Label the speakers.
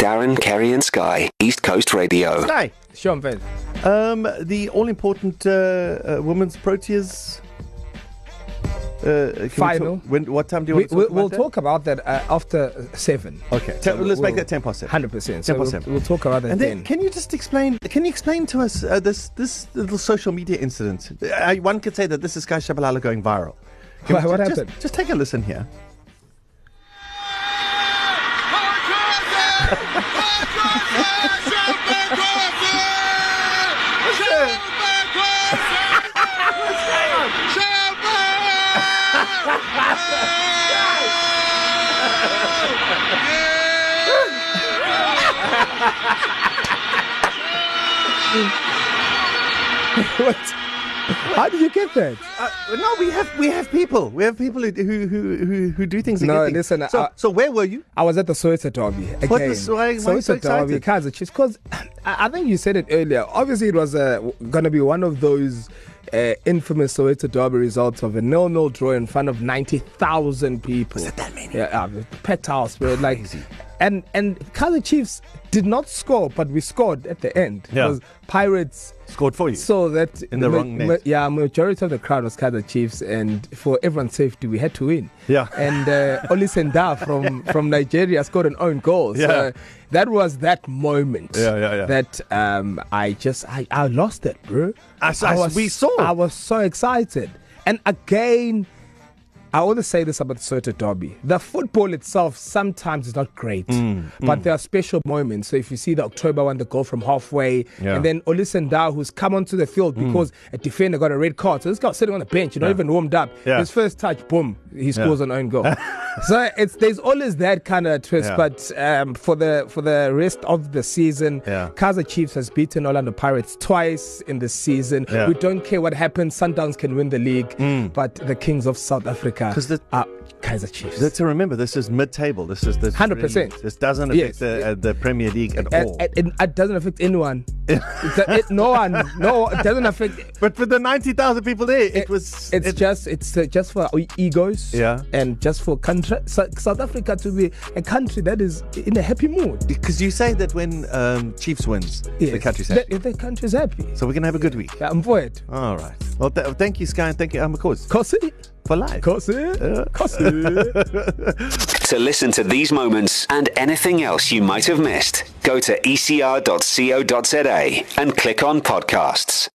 Speaker 1: Darren, Kerry, and Sky, East Coast Radio.
Speaker 2: Hi, Sean Fez.
Speaker 3: Um, the all important uh, uh, women's Proteas. Uh, can we
Speaker 2: Final.
Speaker 3: Talk, when, what time do you
Speaker 2: We,
Speaker 3: want to
Speaker 2: we,
Speaker 3: talk about
Speaker 2: we'll
Speaker 3: that?
Speaker 2: talk about that uh, after seven.
Speaker 3: Okay, ten, let's
Speaker 2: we'll-
Speaker 3: make that ten past seven.
Speaker 2: Hundred percent. So
Speaker 3: 10%.
Speaker 2: we'll, we'll talk about that
Speaker 3: And
Speaker 2: then.
Speaker 3: then, can you just explain? Can you explain to us uh, this this little social media incident? Uh, one could say that this is Sky Shabalala going viral. Can
Speaker 2: Why,
Speaker 3: we
Speaker 2: what
Speaker 3: ju- just,
Speaker 2: happened?
Speaker 3: Just take a listen here.
Speaker 2: what? How did you get that?
Speaker 3: Uh, no, we have we have people. We have people who who who, who, who do things. and
Speaker 2: No,
Speaker 3: get things.
Speaker 2: listen,
Speaker 3: So,
Speaker 2: I-
Speaker 3: so where were you?
Speaker 2: I was at the Soweto Derby again.
Speaker 3: What was- why- why you so
Speaker 2: Derby,
Speaker 3: excited?
Speaker 2: Kaizer Chiefs. Because I, I think you said it earlier. Obviously, it was uh, going to be one of those uh, infamous Soweto Derby results of a nil-nil draw in front of ninety thousand people. Was it that many? Yeah, uh, packed house. we were like, and and Kaizer Chiefs did not score, but we scored at the end.
Speaker 3: Yeah.
Speaker 2: Because Pirates
Speaker 3: Scored for you.
Speaker 2: so that
Speaker 3: In the
Speaker 2: ma-
Speaker 3: wrong net.
Speaker 2: ma- yeah, majority of the crowd was Kaizer Chiefs, and for everyone's safety, we had to win.
Speaker 3: Yeah.
Speaker 2: and uh, Olisenda from from Nigeria scored an own goal.
Speaker 3: Yeah.
Speaker 2: So that was that moment.
Speaker 3: Yeah, yeah, yeah.
Speaker 2: That um, I just I, I lost it, bro.
Speaker 3: I s- I s- we saw.
Speaker 2: I was so excited, and again. I always say this about the Soto Derby. The football itself sometimes is not great,
Speaker 3: Mm,
Speaker 2: but there are special moments. So if you see the October one, the goal from halfway,
Speaker 3: Yeah.
Speaker 2: and then Olisenda, who's come onto the field because a defender got a red card. So this guy's sitting on the bench, not even warmed up.
Speaker 3: Hmm. Yeah.
Speaker 2: His first touch, boom, he scores an own goal. so it's there's always that kind of twist.
Speaker 3: Yeah.
Speaker 2: But um, for the for the rest of the season,
Speaker 3: Yeah.
Speaker 2: Kaizer Chiefs has beaten Orlando Pirates twice in this season.
Speaker 3: Yeah. Hmm.
Speaker 2: We don't care what happens. Sundowns can win the league, but the kings of South Africa
Speaker 3: 'Cause the-
Speaker 2: are Kaizer Chiefs.
Speaker 3: Th- to remember, this is mid-table. This is the
Speaker 2: 100%.
Speaker 3: This doesn't affect
Speaker 2: Yes.
Speaker 3: the, uh, the Premier League at
Speaker 2: And-
Speaker 3: all.
Speaker 2: and- and it doesn't affect anyone. It's a- it- no one. No, it doesn't affect
Speaker 3: but for the ninety thousand people there, it, was
Speaker 2: It's
Speaker 3: it-
Speaker 2: just. It's uh, just for our egos.
Speaker 3: Yeah.
Speaker 2: And just for country, Sou- South Africa to be a country that is in a happy mood.
Speaker 3: because you say that when um, Chiefs wins, the
Speaker 2: Yes.
Speaker 3: country's happy.
Speaker 2: The, the country's happy.
Speaker 3: so we're gonna have a good week.
Speaker 2: Yeah, I'm for it.
Speaker 3: All right. Well, th- thank you, Sky, and thank you, Amber Cause
Speaker 2: Kosi,
Speaker 3: for life.
Speaker 2: Kosi, Kosi.
Speaker 1: To listen to these moments and anything else you E might have missed, go to ecr.co.za and click on podcasts.